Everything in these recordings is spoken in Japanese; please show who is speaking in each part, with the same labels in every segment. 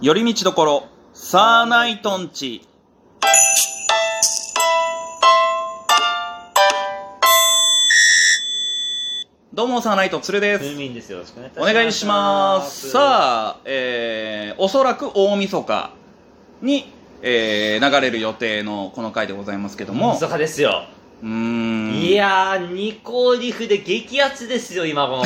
Speaker 1: 寄り道どころサーナイトンチどうもサーナイトンつるで
Speaker 2: ふ
Speaker 1: す
Speaker 2: みんですよろしくね
Speaker 1: お願いします
Speaker 2: あ
Speaker 1: さあえー、おそらく大晦日に、えー、流れる予定のこの回でございますけども
Speaker 2: そかですよ、
Speaker 1: うーん
Speaker 2: いやーニコリフで激アツですよ今も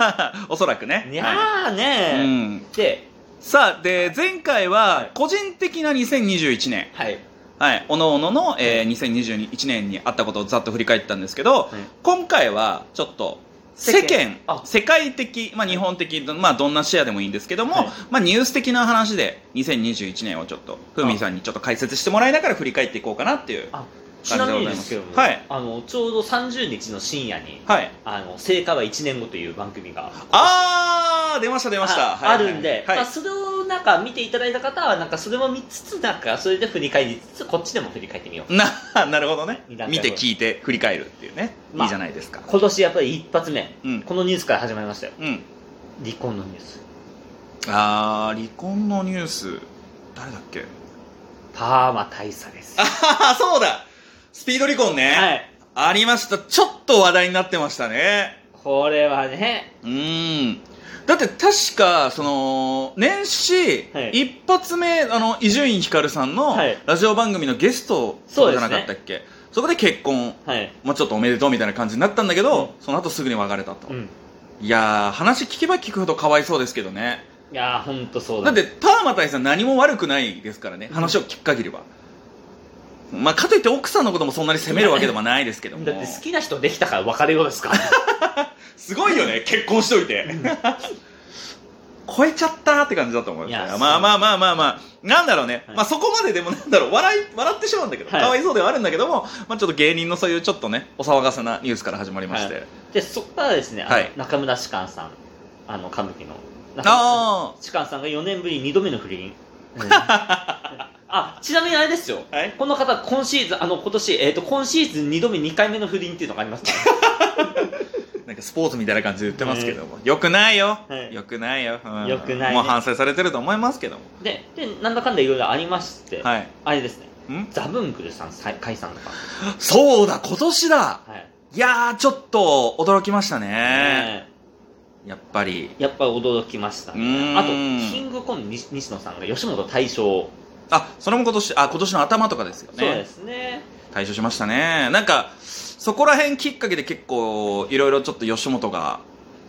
Speaker 1: おそらく ね
Speaker 2: にゃーね
Speaker 1: はいう
Speaker 2: ー、
Speaker 1: ん
Speaker 2: で
Speaker 1: さあで前回
Speaker 2: は
Speaker 1: はい個人的な2021年
Speaker 2: はい
Speaker 1: はい、おのおのの、えー、2021年にあったことをざっと振り返ったんですけど、
Speaker 2: い
Speaker 1: 今回はちょっと世
Speaker 2: 世
Speaker 1: 間
Speaker 2: 間あ
Speaker 1: 世界的、まあ、日本的、まあ、どんなシェアでもいいんですけども、
Speaker 2: はい
Speaker 1: まあ、ニュース的な話で2021年をちょっとふみさんにちょっと解説してもらいながら振り返っていこうかなっていう
Speaker 2: あちなみにですけども、
Speaker 1: はい
Speaker 2: あのちょうど30日の深夜に
Speaker 1: はい
Speaker 2: 「あの成果は1年後」という番組が
Speaker 1: あー出ました出ました
Speaker 2: あ
Speaker 1: はい
Speaker 2: あるんで、
Speaker 1: はい
Speaker 2: まあ、それをなんか見ていただいた方はなんかそれも見つつなんかそれで振り返りつつこっちでも振り返ってみよう
Speaker 1: な なるほどね
Speaker 2: いいな
Speaker 1: 見て聞いて振り返るっていうね、
Speaker 2: ま
Speaker 1: い
Speaker 2: あ
Speaker 1: いじゃないですか
Speaker 2: 今年やっぱり一発目
Speaker 1: うん
Speaker 2: このニュースから始まりましたよ
Speaker 1: うん
Speaker 2: 離婚のニュース
Speaker 1: あー離婚のニュース誰だっけ
Speaker 2: パーマ大佐です
Speaker 1: あはは そうだスピード離婚ね、
Speaker 2: はい
Speaker 1: ありましたちょっと話題になってましたね
Speaker 2: これはね
Speaker 1: うーんだって確かその年始、
Speaker 2: はい
Speaker 1: 一発目あの伊集院光さんの
Speaker 2: はい
Speaker 1: ラジオ番組のゲストと
Speaker 2: そ
Speaker 1: か
Speaker 2: う
Speaker 1: じ
Speaker 2: で
Speaker 1: ゃ
Speaker 2: す
Speaker 1: な
Speaker 2: ね
Speaker 1: かったっけそ,、こで結婚
Speaker 2: はい
Speaker 1: もうちょっとおめでとうみたいな感じになったんだけど、その後すぐに別れたと、
Speaker 2: うん
Speaker 1: いやー話聞けば聞くほどかわいそうですけどね
Speaker 2: いやーほんとそう
Speaker 1: だ
Speaker 2: だ
Speaker 1: ってパーマ大佐何も悪くないですからね話を聞く限りは、まあかといって奥さんのこともそんなに責めるわけでもないですけども
Speaker 2: だって好きな人できたから別れようですから
Speaker 1: すごいよね結婚しといて 超えちゃったって感じだと思うんです
Speaker 2: い
Speaker 1: よ
Speaker 2: や
Speaker 1: まあ
Speaker 2: そう
Speaker 1: まあまあまあまあなんだろうね、
Speaker 2: はい
Speaker 1: まあそこまででもなんだろう笑い笑ってしまうんだけど、
Speaker 2: はい
Speaker 1: かわいそうではあるんだけどもまあちょっと芸人のそういうちょっとねお騒がせなニュースから始まりまして、
Speaker 2: は でそっからですねあの
Speaker 1: はい
Speaker 2: 中村芝翫さんあの歌舞伎の
Speaker 1: あ
Speaker 2: 芝翫さんが4年ぶり2度目の不倫 あちなみにあれですよ
Speaker 1: あはい
Speaker 2: この方今シーズンあの今年、えー、と今シーズン2度目2回目の不倫っていうのがありますから
Speaker 1: なんかスポーツみたいな感じで言ってますけども、よくないよ、
Speaker 2: はい
Speaker 1: よくないよ、うん
Speaker 2: よくないね
Speaker 1: もう反省されてると思いますけども
Speaker 2: ででなんだかんだいろいろありまして、
Speaker 1: はい
Speaker 2: あれですね
Speaker 1: ん
Speaker 2: ザブングルさんさい解散とか、
Speaker 1: そうだ今年だ
Speaker 2: はい
Speaker 1: いやーちょっと驚きましたね、
Speaker 2: ね
Speaker 1: やっぱり
Speaker 2: えやっぱり驚きました
Speaker 1: うー
Speaker 2: ね
Speaker 1: ん
Speaker 2: あとキングコング西西野さんが吉本大賞、
Speaker 1: あそれも今年あ今年の頭とかですよ
Speaker 2: そうで
Speaker 1: ね
Speaker 2: すね
Speaker 1: 退所しましたねなんかそこら辺きっかけで結構いろいろちょっと吉本が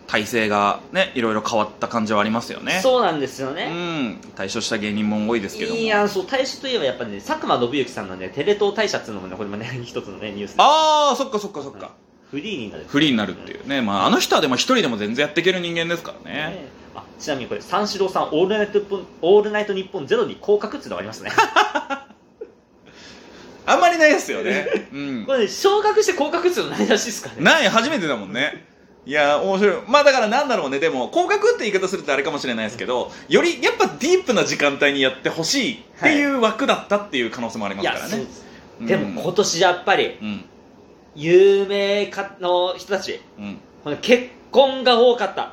Speaker 1: 体制がねいろいろ変わった感じはありますよね
Speaker 2: そうなんですよ
Speaker 1: う
Speaker 2: ね、
Speaker 1: ん退所した芸人も多いですけども
Speaker 2: いやそう大賞といえばやっぱりね佐久間信行さんのねテレ東大社っていうのもねこれもね 一つのねニュースで
Speaker 1: ああそっかそっかそっか、
Speaker 2: フリーになる
Speaker 1: フリーになるっていうね、まあ、あの人はでも一人でも全然やっていける人間ですからね
Speaker 2: ねあちなみにこれ三四郎さん「オールナイトニッポン」オールナイトニッポンゼロに降格っていうのがありま すね
Speaker 1: あんまりないですよ ね、うん
Speaker 2: こ、れね昇格して降格っていうのないらしいですからね
Speaker 1: ない初めてだもんねいやー面白いまあだからなんだろうねでも広角って言い方するとあれかもしれないですけどよりやっぱディープな時間帯にやってほしいっていう枠だったっていう可能性もあります
Speaker 2: いや
Speaker 1: から
Speaker 2: そう
Speaker 1: ね
Speaker 2: で、す
Speaker 1: うん
Speaker 2: でも今年やっぱり
Speaker 1: うん
Speaker 2: 有名かの人たち
Speaker 1: うん
Speaker 2: この結婚が多かった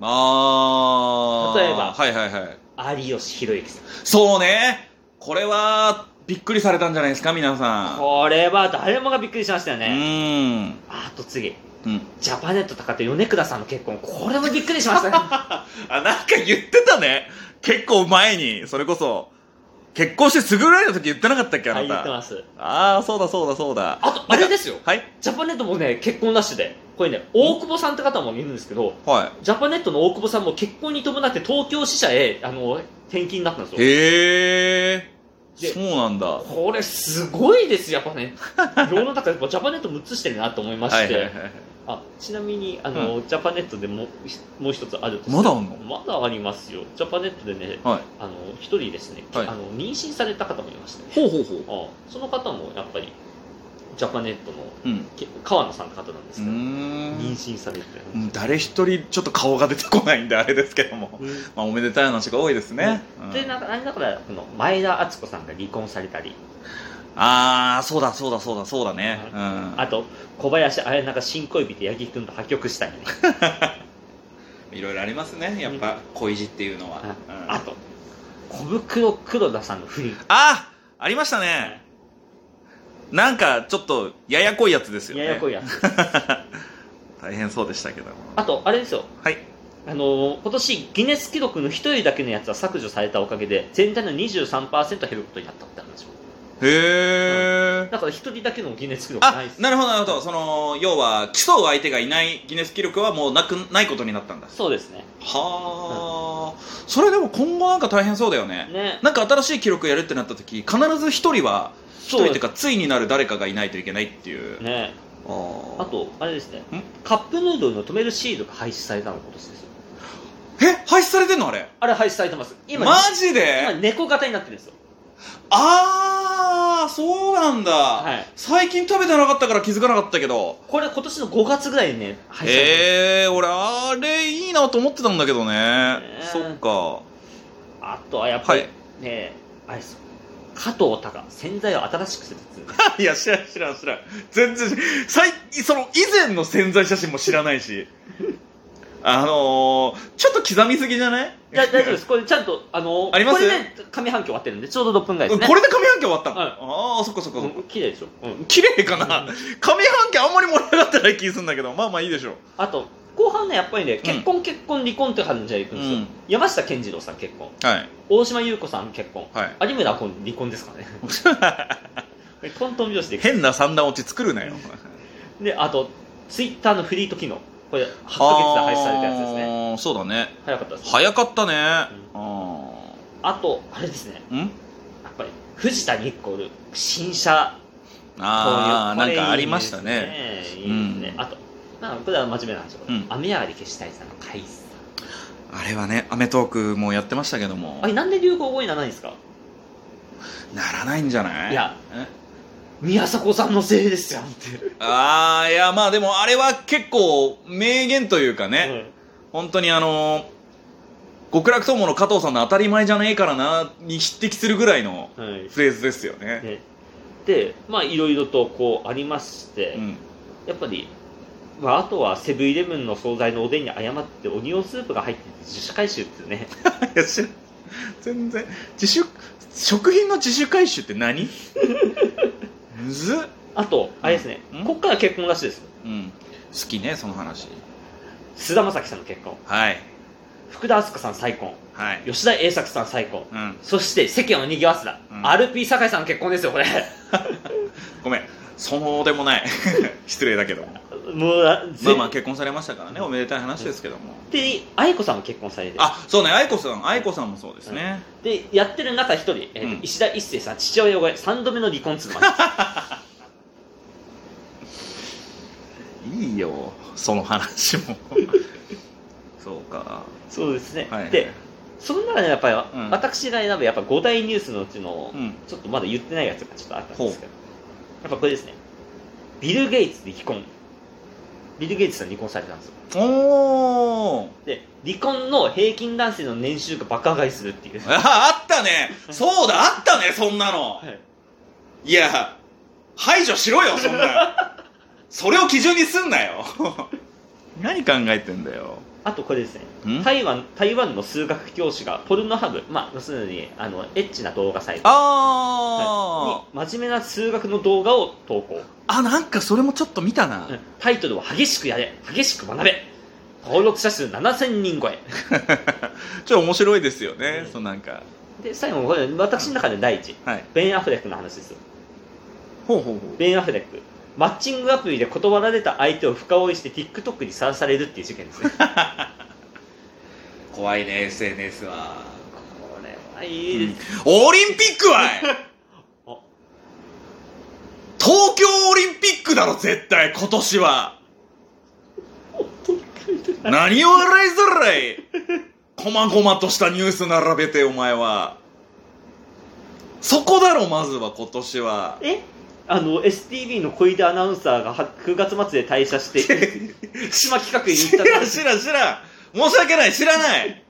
Speaker 1: あー
Speaker 2: 例えば
Speaker 1: はいはいはい
Speaker 2: 有吉弘行さ
Speaker 1: そうねこれはびっくりされたんじゃないですか皆さ
Speaker 2: ん
Speaker 1: ん
Speaker 2: これは誰もがびっくりしましたよ
Speaker 1: う
Speaker 2: ね
Speaker 1: ーん
Speaker 2: あと次
Speaker 1: うん
Speaker 2: ジャパネット高手米倉さんの結婚これもびっくりし ましたね
Speaker 1: あなんか言ってたね結構前にそれこそ結婚してすぐぐらいの時言ってなかったっけあ
Speaker 2: は
Speaker 1: ない
Speaker 2: 言って
Speaker 1: た
Speaker 2: ます
Speaker 1: ああそうだそうだそうだ
Speaker 2: あとあれですよ
Speaker 1: はい
Speaker 2: ジャパネットもね結婚ラッシュでこれね大久保さんって方もいるんですけど
Speaker 1: は
Speaker 2: ジャパネットの大久保さんも結婚に伴って東京支社へあの転勤になったんです
Speaker 1: い。
Speaker 2: よ
Speaker 1: へえ。
Speaker 2: で
Speaker 1: そうなんだ。は
Speaker 2: これすごいですよやっぱね世の中やっぱジャパネットも映してるなと思いまして、
Speaker 1: いはいはい。
Speaker 2: あちなみにあの、ジャパネットでもひもう一つあるとして
Speaker 1: まだあんの
Speaker 2: まだありますよジャパネットでね
Speaker 1: はい。
Speaker 2: あの一人ですね、
Speaker 1: はい
Speaker 2: あの妊娠された方もいましたね
Speaker 1: ほうほうほう。
Speaker 2: あその方もやっぱりジャパネットの
Speaker 1: うん。
Speaker 2: け川野さんの方なんですけど、妊
Speaker 1: ん。
Speaker 2: 娠されて、
Speaker 1: 誰一人ちょっと顔が出てこないんであれですけども。
Speaker 2: うん
Speaker 1: まあおめでたい話が多いですね。うん
Speaker 2: でなんかなんだからこの前田敦子さんが離婚されたり
Speaker 1: ああ、そうだそうだそうだそうだね。う。
Speaker 2: うんあと小林綾菜が新恋人八木君と破局したりね
Speaker 1: いろいろありますね。やっぱ恋路っていうのは。
Speaker 2: うん
Speaker 1: うん
Speaker 2: あと小袋黒田さんの不倫
Speaker 1: あありましたねなんかちょっとややこいやつですよね
Speaker 2: ややこいや つ
Speaker 1: 大変そうでしたけども
Speaker 2: あとあれですよ
Speaker 1: はい
Speaker 2: あのー今年ギネス記録の1人だけのやつは削除されたおかげで全体の23%減ることになったって話も
Speaker 1: へえ、
Speaker 2: だから1人だけのギネス記録
Speaker 1: あ
Speaker 2: ないです
Speaker 1: なるほどなるほどその要は競う相手がいないギネス記録はもうなくないことになったんだ
Speaker 2: そうですね
Speaker 1: はあ、それでも今後なんか大変そうだよね
Speaker 2: ね
Speaker 1: なんか新しい記録やるってなった時必ず一人は一
Speaker 2: そ
Speaker 1: 人
Speaker 2: う
Speaker 1: ってい
Speaker 2: で
Speaker 1: う
Speaker 2: す
Speaker 1: かついになる誰かがいないといけないっていう、
Speaker 2: ね
Speaker 1: あー
Speaker 2: あとあれですね
Speaker 1: ん
Speaker 2: カップヌードルの止めるシールが廃止されたの今年ですよ
Speaker 1: え廃止されてんのあれ
Speaker 2: あれ廃止されてます今
Speaker 1: マジ
Speaker 2: 今
Speaker 1: で
Speaker 2: 猫型になってるんですよ
Speaker 1: ああそうなんだ、
Speaker 2: はい
Speaker 1: 最近食べてなかったから気づかなかったけど
Speaker 2: これ今年の5月ぐらいにね廃止されて
Speaker 1: ええー、俺あれいいなと思ってたんだけどね、
Speaker 2: え
Speaker 1: そっか
Speaker 2: あとはやっぱり、
Speaker 1: は
Speaker 2: ねあれですよ加藤鷹洗剤を新しくするっていうね
Speaker 1: いや、知らん、知らん、知らん。全然、最、その、以前の潜在写真も知らないし。あのー、ちょっと刻みすぎじゃない
Speaker 2: だ大丈夫ですこれちゃんとあの
Speaker 1: あります
Speaker 2: これね上半期終わってるんでちょうど6分ぐらいですね
Speaker 1: これで上半期終わったの、
Speaker 2: はい
Speaker 1: ああ、そっかそっかそっか。
Speaker 2: うん綺麗でしょ、うん、
Speaker 1: 綺麗かな、
Speaker 2: うん
Speaker 1: 上半期あんまり盛り上がってない気するんだけど、まあまあいいでしょう。
Speaker 2: あと後半ねやっぱりね結婚結婚離婚って感じでいくんですよ、
Speaker 1: うん
Speaker 2: 山下健二郎さん結婚
Speaker 1: はい。
Speaker 2: 大島優子さん結婚
Speaker 1: はい。
Speaker 2: 有村昆離婚ですからねトントン拍子で
Speaker 1: 変な三段落ち作るなよ。
Speaker 2: であとツイッターのフリート機能これ8ヶ月で廃止されたやつですね
Speaker 1: ね。そうだね。
Speaker 2: 早かったです
Speaker 1: 早かったね。
Speaker 2: う
Speaker 1: あ
Speaker 2: あとあれですね
Speaker 1: ーん
Speaker 2: やっぱり藤田ニコル新
Speaker 1: あ
Speaker 2: 車
Speaker 1: あ、
Speaker 2: こ
Speaker 1: な
Speaker 2: うい
Speaker 1: ん
Speaker 2: う
Speaker 1: かありましたね。
Speaker 2: これいいですねいいですね
Speaker 1: うん
Speaker 2: あとまあこれは真面目な話これ
Speaker 1: うん
Speaker 2: 雨上がり消したいさんの解散
Speaker 1: あれはね、アメトークもやってましたけども。
Speaker 2: あれなんで流行語にならないんですか
Speaker 1: ならないんじゃない
Speaker 2: いや
Speaker 1: え
Speaker 2: 宮迫さんのせいですよって
Speaker 1: ああいやまあでもあれは結構名言というかね、本当にあのー極楽友の加藤さんの当たり前じゃねえからなに匹敵するぐらいの
Speaker 2: うんはい
Speaker 1: フレーズですよね
Speaker 2: ねでまあいろいろとこうありまして、
Speaker 1: うん
Speaker 2: やっぱり、まあ、あとはセブンイレブンの惣菜のおでんに誤ってオニオンスープが入ってて自主回収っていうね
Speaker 1: いや知ら全然自主食品の自主回収って何むずっ、
Speaker 2: あとあれですね、
Speaker 1: うん
Speaker 2: こっから結婚らしいですよ
Speaker 1: うん、好きねその話
Speaker 2: 菅田将暉さんの結婚
Speaker 1: はい
Speaker 2: 福田敦子さん再婚
Speaker 1: はい
Speaker 2: 吉田栄作さん再婚
Speaker 1: うん
Speaker 2: そして世間を賑わすだ、
Speaker 1: うん
Speaker 2: RP 酒井さんの結婚です よこれ
Speaker 1: ごめんそのでもない 失礼だけども
Speaker 2: もうな
Speaker 1: ま
Speaker 2: ぜ
Speaker 1: あまあ結婚されましたからねおめでたい話ですけども
Speaker 2: で愛子さんも結婚されて
Speaker 1: あそうね愛子さん愛子さんもそうですね、
Speaker 2: でやってる中一人、えーと
Speaker 1: うん
Speaker 2: 石田一生さん父親を3度目の離婚っつうのもある
Speaker 1: いいよその話も そうか
Speaker 2: そうですね、
Speaker 1: はい
Speaker 2: でその中でやっぱり、
Speaker 1: ん
Speaker 2: 私が選ぶやっぱ5大ニュースのうちの、
Speaker 1: うん
Speaker 2: ちょっとまだ言ってないやつがちょっとあったんですけどやっぱこれですねビル・ゲイツ離婚ビル・ゲイツさん離婚されたんですよ
Speaker 1: おお
Speaker 2: で離婚の平均男性の年収が爆上がりする っていう、
Speaker 1: ああったねそうだあったねそんなの
Speaker 2: はい
Speaker 1: いや排除しろよそん なそれを基準にすんなよ 何考えてんだよ
Speaker 2: あとこれですね
Speaker 1: ん
Speaker 2: 台湾台湾の数学教師がポルノハブまあ要するにあのエッチな動画サイトに
Speaker 1: あ
Speaker 2: 真面目な数学の動画を投稿
Speaker 1: ーあなんかそれもちょっと見たな
Speaker 2: うんタイトルは「激しくやれ激しく学べ」登録者数7000人超え
Speaker 1: ちょっと面白いですよね
Speaker 2: うん
Speaker 1: そうなんか
Speaker 2: で最後これ私の中で第一
Speaker 1: はい
Speaker 2: ベン・アフレックの話ですよ
Speaker 1: ほうほうほう
Speaker 2: ベン・アフレックマッチングアプリで断られた相手を深追いして TikTok にさらされるっていう事件 ですねこ
Speaker 1: 怖いね SNS は
Speaker 2: れはいいです、
Speaker 1: オリンピック はい
Speaker 2: あ
Speaker 1: 東京オリンピックだろ絶対今年は何を笑いづらいこまごまとしたニュース並べてお前はそこだろまずは今年は
Speaker 2: えあの STV の小出アナウンサーがは9月末で退 社して福島企画に行
Speaker 1: 知
Speaker 2: ったって
Speaker 1: らん
Speaker 2: 話
Speaker 1: 知らん知らん申し訳ない知らない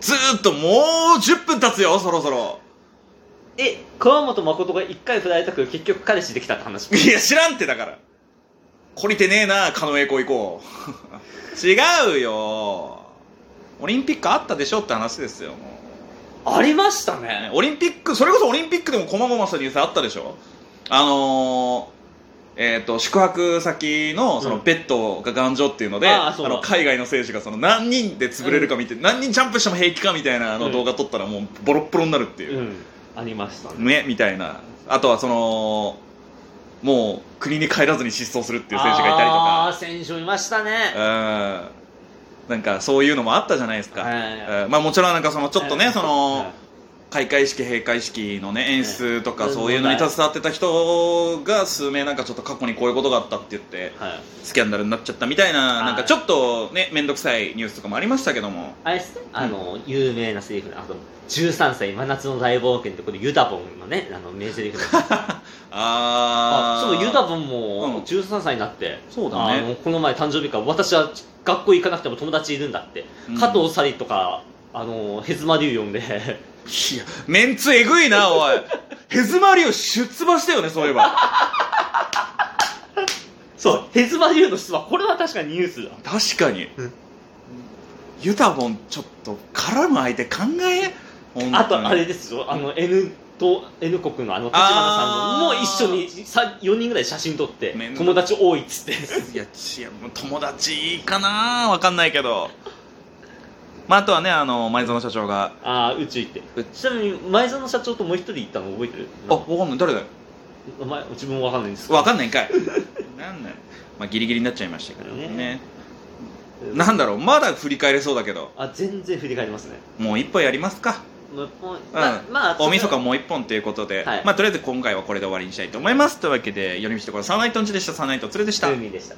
Speaker 1: ずーっともう10分経つよそろそろ
Speaker 2: え川本誠が1回振られたけど結局彼氏できたって話
Speaker 1: いや、知らんってだから。懲りてねえな、狩野英孝行こ う。違うよ。オリンピックあったでしょって話ですよ、もう。
Speaker 2: ありました
Speaker 1: ね
Speaker 2: ね
Speaker 1: オリンピックそれこそオリンピックでも細々とニュースあったでしょあのーえー、と宿泊先のそうの
Speaker 2: ん
Speaker 1: ベッドが頑丈っていうので、
Speaker 2: ああ
Speaker 1: あ
Speaker 2: そうだ
Speaker 1: の海外の選手がその何人で潰れるか見て、何人ジャンプしても平気かみたいなあ
Speaker 2: う
Speaker 1: の
Speaker 2: ん
Speaker 1: 動画撮ったらもうボロッボロになるっていう
Speaker 2: う、んありましたね
Speaker 1: ねみたいなあとはそのもう国に帰らずに失踪するっていう選手がいたりと
Speaker 2: あ
Speaker 1: か
Speaker 2: あ選手いましたね
Speaker 1: うんなんかそういうのもあったじゃないですか、
Speaker 2: は
Speaker 1: うんまあ、もちろんなんかその
Speaker 2: い
Speaker 1: ちょっとね、そ
Speaker 2: は
Speaker 1: の
Speaker 2: い
Speaker 1: 開会式閉会式のね演出とか
Speaker 2: うん
Speaker 1: そういうのに携わってた人が数名なんかちょっと過去にこういうことがあったって言って
Speaker 2: はい
Speaker 1: スキャンダルになっちゃったみたいな
Speaker 2: はい
Speaker 1: なんかちょっとね面倒くさいニュースとかもありましたけども
Speaker 2: あれですね、あの、有名なセリフの、あの、13歳真夏の大冒険って、これユダボンのね、あの、名セリフ の。あ
Speaker 1: あー
Speaker 2: そう、ユダボ
Speaker 1: う
Speaker 2: ン
Speaker 1: ん
Speaker 2: も13歳になって、
Speaker 1: そうだね
Speaker 2: あのこの前誕生日から、私は学校行かなくても友達いるんだって、
Speaker 1: うん
Speaker 2: 加藤サリとか、あの、ヘズマリュウ呼んで、
Speaker 1: いやメンツえぐいなおいヘズマリオ出馬したよねそういえば
Speaker 2: そう、ヘズマリュウの質問、これは確かにニュースだ。
Speaker 1: 確かに、
Speaker 2: うん
Speaker 1: ユタボンちょっと絡む相手考え本当に
Speaker 2: あと、あれですよ、あの、N と、N 国のあの、立
Speaker 1: あ
Speaker 2: 花
Speaker 1: ー
Speaker 2: さんも、もう一緒にさ4人ぐらい写真撮って
Speaker 1: めん、ど
Speaker 2: 友達多いっつって。
Speaker 1: いやちやもう友達いいかなわかんないけど、まあ、あとはねあの前園社長が
Speaker 2: ああ、宇宙行って
Speaker 1: う。
Speaker 2: ちなみに、前園社長ともう一人行ったの覚えてる
Speaker 1: あわかんない誰だよ
Speaker 2: 名前自分わかんないんですけど
Speaker 1: わかんないんかいなんなんまあギリギリになっちゃいましたけどね
Speaker 2: ね
Speaker 1: なんだろうまだ振り返れそうだけど
Speaker 2: あ全然振り返りますね
Speaker 1: もう一本やりますか
Speaker 2: もうもう
Speaker 1: うん
Speaker 2: まあ
Speaker 1: 大晦日
Speaker 2: も
Speaker 1: もう一本ということで、
Speaker 2: はい
Speaker 1: まあとりあえず今回はこれで終わりにしたいと思いますというわけで「寄り道所サーナイトンチ」でしたサーナイトンツレでした、
Speaker 2: 海でした